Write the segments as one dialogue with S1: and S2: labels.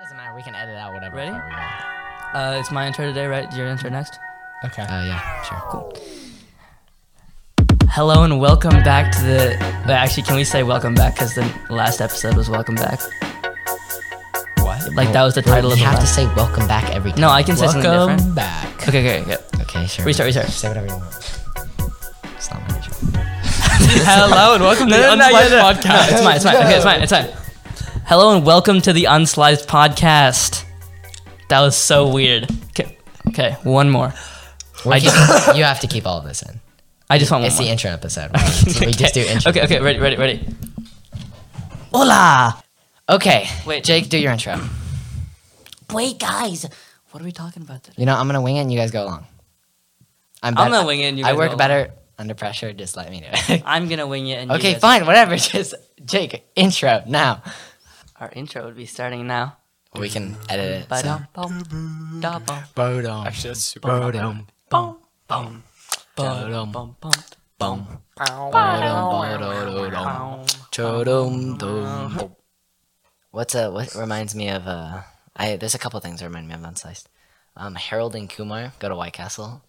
S1: Doesn't matter. We can edit out whatever.
S2: Ready?
S1: part we want.
S2: Uh, it's my intro today, right? Your intro next.
S1: Okay. Uh, yeah. Sure. Cool.
S2: Hello and welcome back to the. Wait, actually, can we say welcome back? Because the last episode was welcome back.
S1: What?
S2: Like that was the title of
S1: you
S2: the.
S1: have to
S2: last-
S1: say welcome back every time.
S2: No, I can say something different.
S1: back.
S2: Okay, okay, okay.
S1: Okay. Sure.
S2: Restart, restart.
S1: Say whatever you want. It's not my intro.
S2: Hello and welcome to the
S1: No, no, no,
S2: Unsliced
S1: no, no.
S2: Podcast. It's mine, it's mine. Okay, it's mine, it's mine. Hello and welcome to the Unsliced Podcast. That was so weird. Okay, okay one more.
S1: We're
S2: I
S1: keep- you have to keep all of this in.
S2: I just want one
S1: It's
S2: more.
S1: the intro episode. Why not? So we just do intro.
S2: Okay, okay, ready, ready, ready. Hola!
S1: Okay.
S2: Wait.
S1: Jake, do your intro.
S2: Wait, guys. What are we talking about today?
S1: You know, I'm gonna wing it, and you guys go along. I'm.
S2: I'm
S1: bet-
S2: gonna wing it and you
S1: I
S2: guys
S1: work
S2: go
S1: better under pressure. Just let me do it.
S2: I'm gonna wing it. And you
S1: okay.
S2: guys-
S1: Fine. Whatever. Just Jake. Intro now.
S2: Our intro would be starting now.
S1: We can edit it. so.
S2: Ba-dum-bum, da-bum,
S1: Bodum. Actually, that's super. Bodum.
S2: bum, bum,
S1: Bodum. Bodum.
S2: bum, bum,
S1: Bodum.
S2: bum.
S1: Bodum. Bodum. What's a what reminds me of uh I there's a couple things that remind me of Unsliced. Um, Harold and Kumar go to White Castle.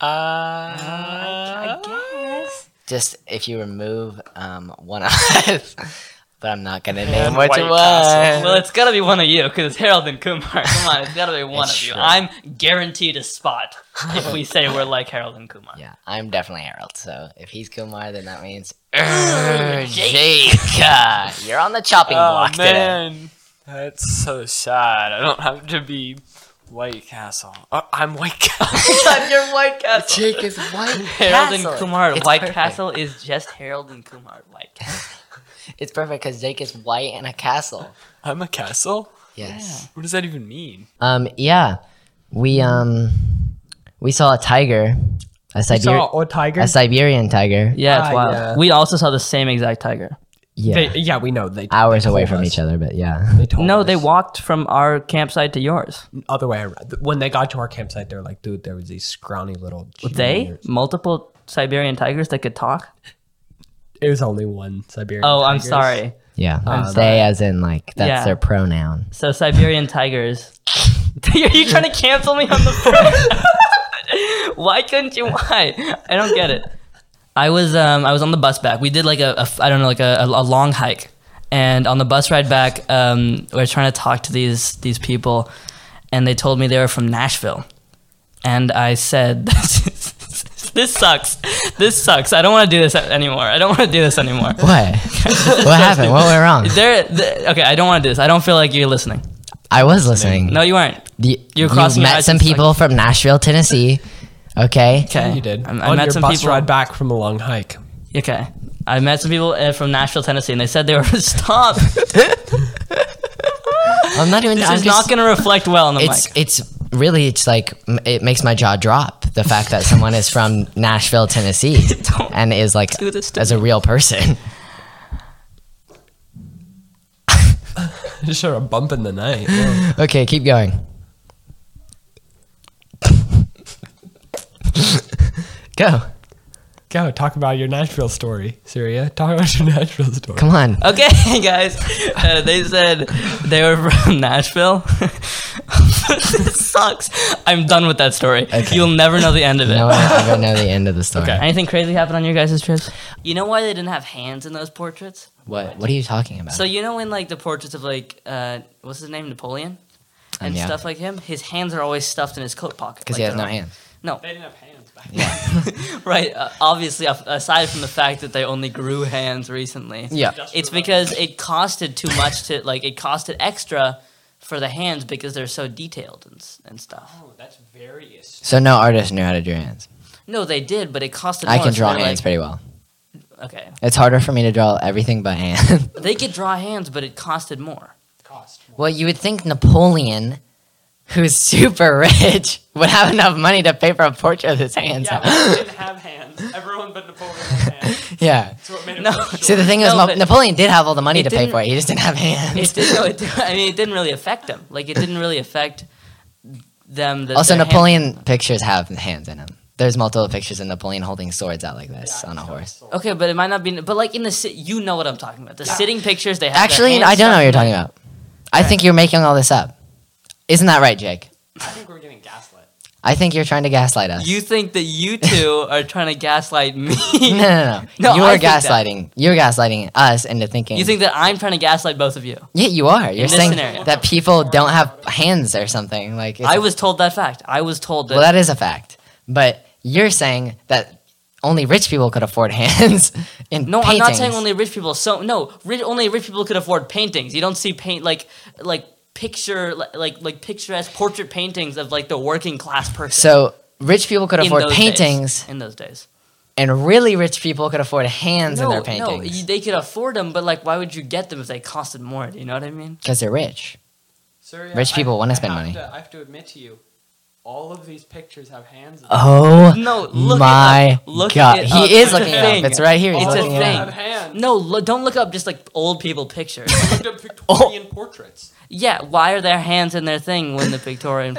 S3: Uh,
S2: I guess.
S1: Just if you remove um one eye, but I'm not gonna name
S3: White
S1: which one.
S3: Castle.
S2: Well, it's gotta be one of you because it's Harold and Kumar. Come on, it's gotta be one
S1: It's
S2: of you.
S1: true.
S2: I'm guaranteed a spot if we say we're like Harold and Kumar.
S1: Yeah, I'm definitely Harold. So if he's Kumar, then that means Urgh, Jake, uh, you're on the chopping
S3: Oh
S1: block today.
S3: man, that's so sad. I don't have to be White Castle. Uh, I'm White Castle.
S2: You're White Castle.
S1: Jake is White
S2: Harold and
S1: Castle.
S2: Kumar at
S1: It's
S2: White
S1: perfect.
S2: Castle is just Harold and Kumar at White Castle.
S1: It's perfect because Jake is white and a castle.
S3: I'm a castle.
S1: Yes.
S3: What does that even mean?
S1: Um. Yeah. We um. We saw a tiger. A Siberian.
S4: or tiger.
S1: A Siberian tiger.
S2: Yeah,
S4: it's Ah, wild. yeah.
S2: We also saw the same exact tiger.
S1: Yeah.
S4: They, yeah, we know.
S2: Ah.
S4: They
S1: Hours
S4: they
S1: away
S4: told
S1: from
S4: us.
S1: each other, but yeah.
S4: They told
S2: No,
S4: us.
S2: they walked from our campsite to yours.
S4: other way around. When they got to our campsite, they were like, "Dude, there was these scrawny little."
S2: They
S4: juniors.
S2: multiple Siberian tigers that could talk.
S4: It was only one Siberian.
S2: Oh, I'm
S4: tigers.
S2: sorry.
S1: Yeah.
S2: I'm sorry.
S1: they, as in like that's
S2: Yeah.
S1: their pronoun.
S2: So Siberian tigers. Are you trying to cancel me on the pro- Why couldn't you? Why? I don't get it. I was um I was on the bus back. We did like a, a f- I don't know like a, a, a long hike, and on the bus ride back, um, we were trying to talk to these these people, and they told me they were from Nashville, and I said. This sucks. This sucks. I don't want to do this anymore. I don't want to do this anymore.
S1: What? what happened? What went wrong?
S2: There, th- okay, I don't want to do this. I don't feel like you're listening.
S1: I was listening.
S2: No, you aren't.
S1: you,
S2: you're crossing your
S1: met
S2: eyes
S1: some
S2: and it's
S1: people from Nashville, Tennessee. Okay.
S2: Okay,
S4: You did.
S2: I,
S4: On
S2: I met
S4: your
S2: some
S4: bus
S2: people.
S4: ride back from a long hike.
S2: Okay, I met some people uh, from Nashville, Tennessee, and they said they were stop. this
S1: I'm not even. I'm
S2: is
S1: just-
S2: not going to reflect well on the
S1: it's
S2: mic.
S1: it's really it's like m- it makes my jaw drop the fact that someone is from Nashville, Tennessee,
S2: Don't
S1: and is like
S2: do this to
S1: as a real person.
S4: Just sort of bump in the night. Yeah.
S1: Okay, keep going. Go,
S4: Go talk about your Nashville story, Syria. Talk about your Nashville story.
S1: come on.
S2: Okay, guys, uh, they said they were from Nashville. this sucks. I'm done with that story. You'll never know the end of it.
S1: No one will ever know the end of the story.
S4: Okay.
S2: Anything crazy happened on your guys' trips? You know why they didn't have hands in those portraits?
S1: What What are you talking about?
S2: So you know when like the portraits of like uh, what's his name Napoleon
S1: Um,
S2: and
S1: yeah.
S2: stuff like him, his hands are always stuffed in his coat pocket
S1: Because
S2: like
S1: he has
S2: they're
S1: no
S2: not-
S1: hands.
S2: No,
S3: They didn't have hands back.
S2: right. Uh, obviously, af- aside from the fact that they only grew hands recently,
S1: Yeah.
S2: it's because it costed too much to like it costed extra for the hands because they're so detailed and, s- and stuff.
S3: Oh, that's very astute.
S1: So no artist knew how to draw hands.
S2: No, they did, but it costed.
S1: I
S2: more,
S1: can
S2: so
S1: draw
S2: they're
S1: hands
S2: like-
S1: pretty well.
S2: okay,
S1: It's harder for me to draw everything but hand.
S2: they could draw hands, but it costed more.
S3: Cost.
S1: well, you would think Napoleon, who's super rich, would have enough money to pay for a portrait of his hands.
S3: Yeah, but they didn't have hands. Everyone but Napoleon had hands.
S1: Yeah.
S3: So it made it
S2: No.
S3: really
S1: See, the
S3: short.
S1: thing is,
S2: No,
S1: Ma-
S2: but-
S1: Napoleon did have all the money
S2: It
S1: to pay
S2: didn't-
S1: for it. He just didn't have hands.
S2: It did, no, it, did- I mean, it didn't really affect them. Like it didn't really affect them. That
S1: also,
S2: their hand-
S1: Napoleon pictures have hands in them. There's multiple pictures of Napoleon holding swords out like this on a horse.
S2: Okay, but it might not be. But like in the, si- you know what I'm talking about. The sitting pictures they have. their
S1: Actually,
S2: hands
S1: I don't know
S2: stuck
S1: what
S2: in
S1: you're
S2: the-
S1: talking about. I think you're making all this up. Isn't that right, Jake?
S3: I think we're getting gaslit.
S1: I think you're trying to gaslight us.
S2: You think that you two are trying to gaslight me?
S1: no, no, no.
S2: No,
S1: you
S2: I
S1: are
S2: think that.
S1: gaslighting. You're gaslighting us into thinking.
S2: You think that I'm trying to gaslight both of you?
S1: Yeah, you are. You're
S2: this
S1: saying
S2: scenario.
S1: that people don't have hands or something. Like it's-
S2: I was told that fact. I was told that.
S1: Well, that is a fact. But you're saying that only rich people could afford hands in
S2: no, I'm not
S1: paintings.
S2: saying only rich people. So no, ri only rich people could afford paintings. You don't see paint like like picture li- like like picturesque portrait paintings of like the working class person.
S1: So rich people could
S2: in
S1: afford
S2: those days.
S1: paintings,
S2: in those days.
S1: and really rich people could afford hands in their
S2: no, you-
S1: paintings
S2: they could afford them, but like, why would you get them if they costed more? Do you know what I mean?
S1: because they're rich.
S3: Sir,
S1: Rich people wanna spend
S3: have
S1: money.
S3: To, I have to admit to you, all of these pictures have hands. in them.
S1: Oh
S2: No, look it
S1: my
S2: up. Look
S1: god,
S2: it
S1: he
S2: up.
S1: is
S2: It's a
S1: looking it up.
S2: thing.
S1: It's right here. He's
S3: all
S2: a
S1: looking
S3: of them
S1: it up.
S2: thing.
S3: have hands.
S2: No, lo- don't look up just like old people pictures.
S3: I looked up
S1: Oh.
S3: Victorian portraits.
S2: yeah, why are their hands in their thing when the Victorian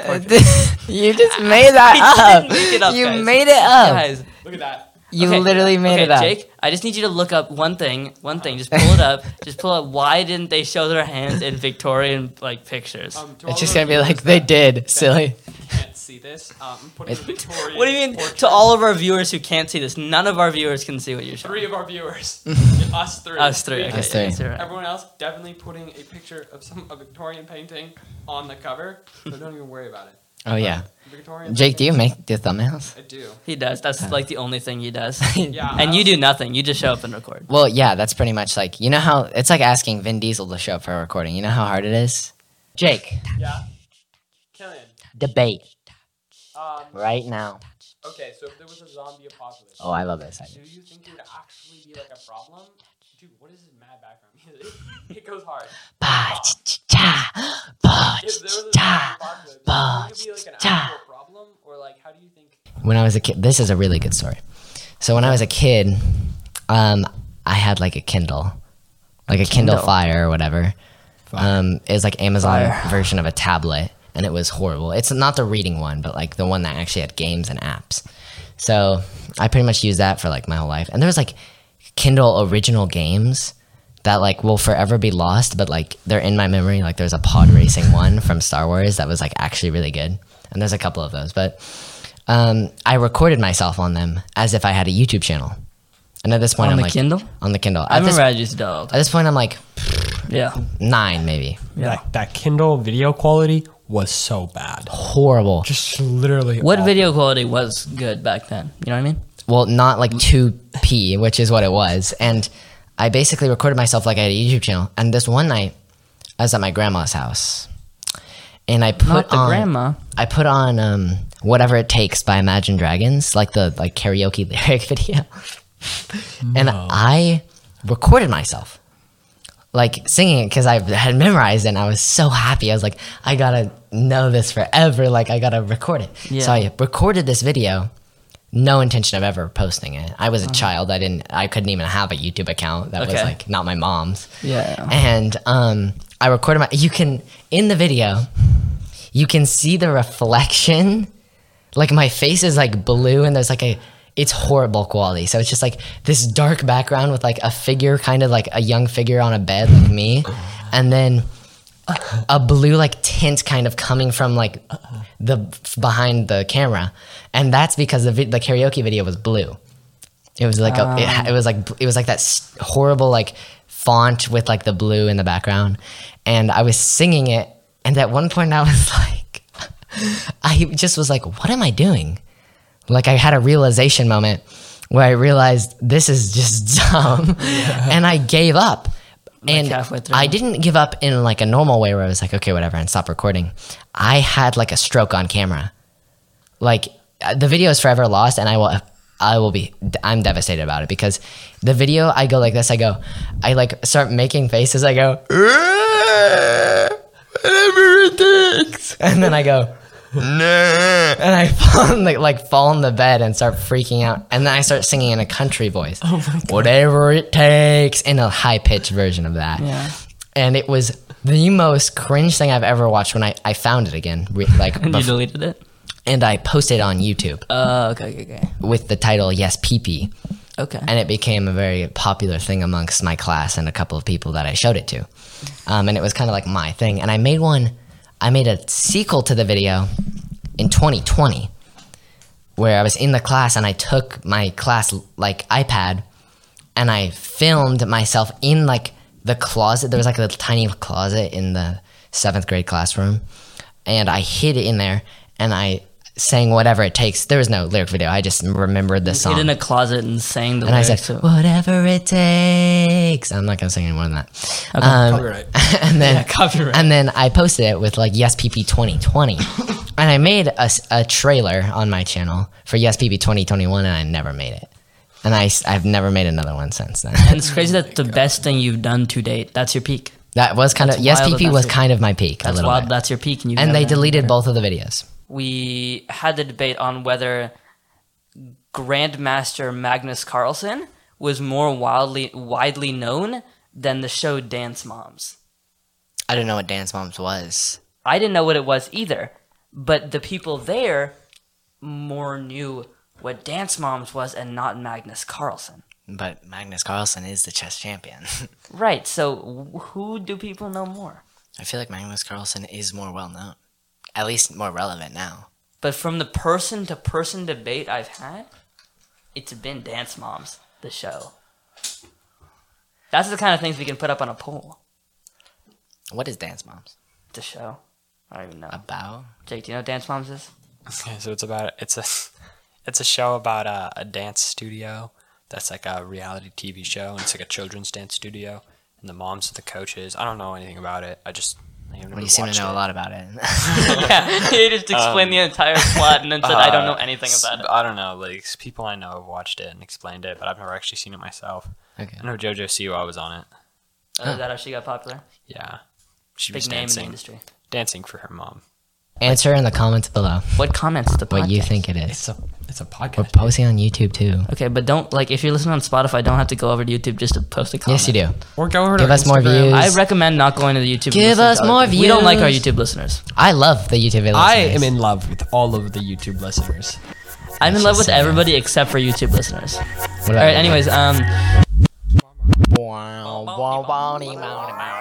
S1: Uh,
S2: portrait?
S1: you just made that
S2: I
S1: up.
S2: didn't make it up,
S1: you
S2: guys.
S1: made it up.
S2: Guys,
S3: Look at that.
S1: You
S2: Okay.
S1: literally made
S2: okay,
S1: it up.
S2: Jake, I just need you to look up one thing. One thing. Just pull it up. just pull up. Why didn't they show their hands in Victorian like pictures?
S3: Um, to all
S1: it's just gonna
S3: those
S1: be
S3: viewers
S1: like they
S3: that
S1: did, silly.
S3: Can't see this. Um, I'm putting
S1: It-
S3: the Victorian.
S2: what do you mean
S3: portrait-
S2: to all of our viewers who can't see this? None of our viewers can see what you're showing.
S3: Three of our viewers. us three.
S2: Us three. Okay,
S1: Us three.
S2: yes, you're right.
S3: Everyone else definitely putting a picture of some a Victorian painting on the cover, so don't even worry about it.
S1: Oh yeah,
S3: Victorian.
S1: Jake, do you
S3: paintings,
S1: make the thumbnails?
S3: I do.
S2: He does. That's like the only thing he does.
S3: Yeah.
S2: and
S3: I
S2: you
S3: also-
S2: do nothing. You just show up and record.
S1: Well, yeah, that's pretty much like you know how it's like asking Vin Diesel to show up for a recording. You know how hard it is. Jake,
S3: Yeah. Killian.
S1: debate
S3: Um,
S1: right now.
S3: Okay, so if there was a zombie apocalypse,
S1: Oh, I love this. idea.
S3: do you think it would actually be like a problem? Dude, what is this mad background music? it goes hard.
S1: Ba, ch- ch- cha, ba,
S3: If
S1: ch-
S3: there was a
S1: ch-
S3: zombie
S1: cha.
S3: apocalypse, do
S1: bah,
S3: you think it would be like an
S1: cha.
S3: actual problem, or like how do you think?
S1: When I was a kid, this is a really good story. So when I was a kid, um, I had like a Kindle, like a Kindle,
S2: Kindle.
S1: Fire or whatever. Um, it was like Amazon
S2: Fire.
S1: version of a tablet, and it was horrible. It's not the reading one, but like the one that actually had games and apps. So I pretty much used that for like my whole life. And there was like Kindle original games that like will forever be lost, but like they're in my memory. Like there's a pod racing one from Star Wars that was like actually really good, and there's a couple of those. But um, I recorded myself on them as if I had a YouTube channel. And at this point,
S2: On
S1: I'm
S2: the
S1: like
S2: Kindle?
S1: on the Kindle. At
S2: I
S1: this-
S2: remember I just did all
S1: at this point, I'm like
S2: Yeah.
S1: nine, maybe.
S2: Yeah.
S4: That, that Kindle video quality was so bad.
S1: Horrible.
S4: Just literally.
S2: What
S4: awful.
S2: video quality was good back then? You know what I mean?
S1: Well, not like 2p, which is what it was. And I basically recorded myself like I had a YouTube channel. And this one night, I was at my grandma's house, and I put
S2: Not the
S1: on
S2: grandma.
S1: I put on um, whatever it takes by Imagine Dragons, like the like karaoke lyric video, and I recorded myself like singing it because I had memorized it and I was so happy. I was like, I gotta know this forever. Like I gotta record it.
S2: Yeah.
S1: So I recorded this video. No intention of ever posting it. I was a child. I didn't. I couldn't even have a YouTube account. That was
S2: Uh-huh. Okay.
S1: like not my mom's.
S2: Yeah.
S1: And um, I recorded my. You can in the video, you can see the reflection. Like my face is like blue, and there's like a. It's horrible quality. So it's just like this dark background with like a figure, kind of like a young figure on a bed, like me, and then a blue like tint kind of coming from like the behind the camera, and that's because the vid- the karaoke video was blue. It was like a, it, ha- it was like it was like that s- horrible like font with like the blue in the background, and I was singing it, and at one point I was like, I just was like, what am I doing? Like I had a realization moment where I realized this is just dumb, and I gave up. And
S2: halfway through.
S1: I didn't give up in like a normal way where I was like, okay, whatever, and stop recording. I had like a stroke on camera like uh, the video is forever lost and i will i will be i'm devastated about it because the video i go like this i go i like start making faces i go whatever it takes and then i go and I fall in the, like fall in the bed and start freaking out, and then I start singing in a country voice,
S2: Oh
S1: whatever it takes, in a high pitched version of that.
S2: Yeah.
S1: And it was the most cringe thing I've ever watched. When I, I found it again, re- like
S2: And you
S1: bef-
S2: deleted it?
S1: and I posted on YouTube
S2: Oh, okay, okay, okay.
S1: with the title "Yes Pee Pee,"
S2: Okay.
S1: and it became a very popular thing amongst my class and a couple of people that I showed it to. Um, and it was kind of like my thing. And I made one, I made a sequel to the video in 2020 where I was in the class and I took my class like iPad and I filmed myself in like the closet. There was like a little tiny closet in the seventh grade classroom, and I hid it in there and I sang whatever it takes. There was no lyric video. I just remembered the song.
S2: Hid in a closet and sang the
S1: and I
S2: lyrics.
S1: said,
S2: to-
S1: "Whatever it takes." I'm not gonna sing any more than that.
S2: Okay.
S1: Um,
S4: Copyright.
S1: and then
S4: Yeah, copyright.
S1: and then I posted it with like YesPP 2020, and I made a, s- a trailer on my channel for YesPP 2021, and I never made it, and I have never made another one since then.
S2: and it's crazy that the best thing you've done to date. That's your peak.
S1: that was kind of
S2: That's wild that
S1: YesPP was
S2: that's a-
S1: kind of my peak a
S2: That's
S1: little
S2: wild.
S1: bit,
S2: That's your peak. And, you
S1: and
S2: got
S1: they
S2: that.
S1: deleted both of the videos.
S2: We had the debate on whether Grandmaster Magnus Carlsen was more wildly widely known than the show Dance Moms.
S1: I didn't know what Dance Moms was.
S2: I didn't know what it was either, but the people there more knew what Dance Moms was and not Magnus Carlsen.
S1: But Magnus Carlsen is the chess champion.
S2: Right. So wh- who do people know more?
S1: I feel like Magnus Carlsen is more well known, at least more relevant now.
S2: But from the person to person debate I've had, it's been Dance Moms, the show. That's the kind of things we can put up on a poll.
S1: What is Dance Moms
S2: The show. I don't even know.
S1: about?
S2: Jake, do you know what Dance Moms is?
S3: Okay, so it's about it's a it's a show about a, a dance studio that's like a reality TV show, and it's like a children's dance studio, and the moms are the coaches. I don't know anything about it. I just I have never
S1: Well, you seem to
S3: watched
S1: know
S3: it.
S1: a lot about it.
S2: yeah, he just explained the entire plot and then said, I don't know anything
S3: Uh, S-
S2: about it.
S3: I don't know. Like s- people I know have watched it and explained it, but I've never actually seen it myself.
S1: okay.
S3: I know JoJo Siwa was on it.
S2: Oh, is that how she got popular?
S3: Yeah, she was
S2: Big name in the
S3: dancing,
S2: industry.
S3: dancing for her mom.
S1: Answer in the comments below
S2: What comments to the
S1: what you
S2: podcast?
S1: think it is.
S4: It's a it's a
S1: We're
S4: podcast.
S1: posting on YouTube too.
S2: Okay, but don't, like, if you're listening on Spotify, don't have to go over to YouTube just to post a comment.
S1: Yes, you do.
S4: Or go over to
S1: Give us more
S4: Instagram.
S1: views.
S2: I recommend not going to the YouTube. and
S1: Give
S2: listening
S1: us
S2: to other
S1: more
S2: people. We don't like our
S1: views.
S2: YouTube listeners.
S1: I love the YouTube listeners.
S4: I am in love with all of the YouTube listeners.
S2: I'm in love with
S1: just saying.
S2: everybody except for YouTube listeners. All
S1: Whatever.
S2: right. Anyways, um,
S1: Wow, wow, wow, wow, wow.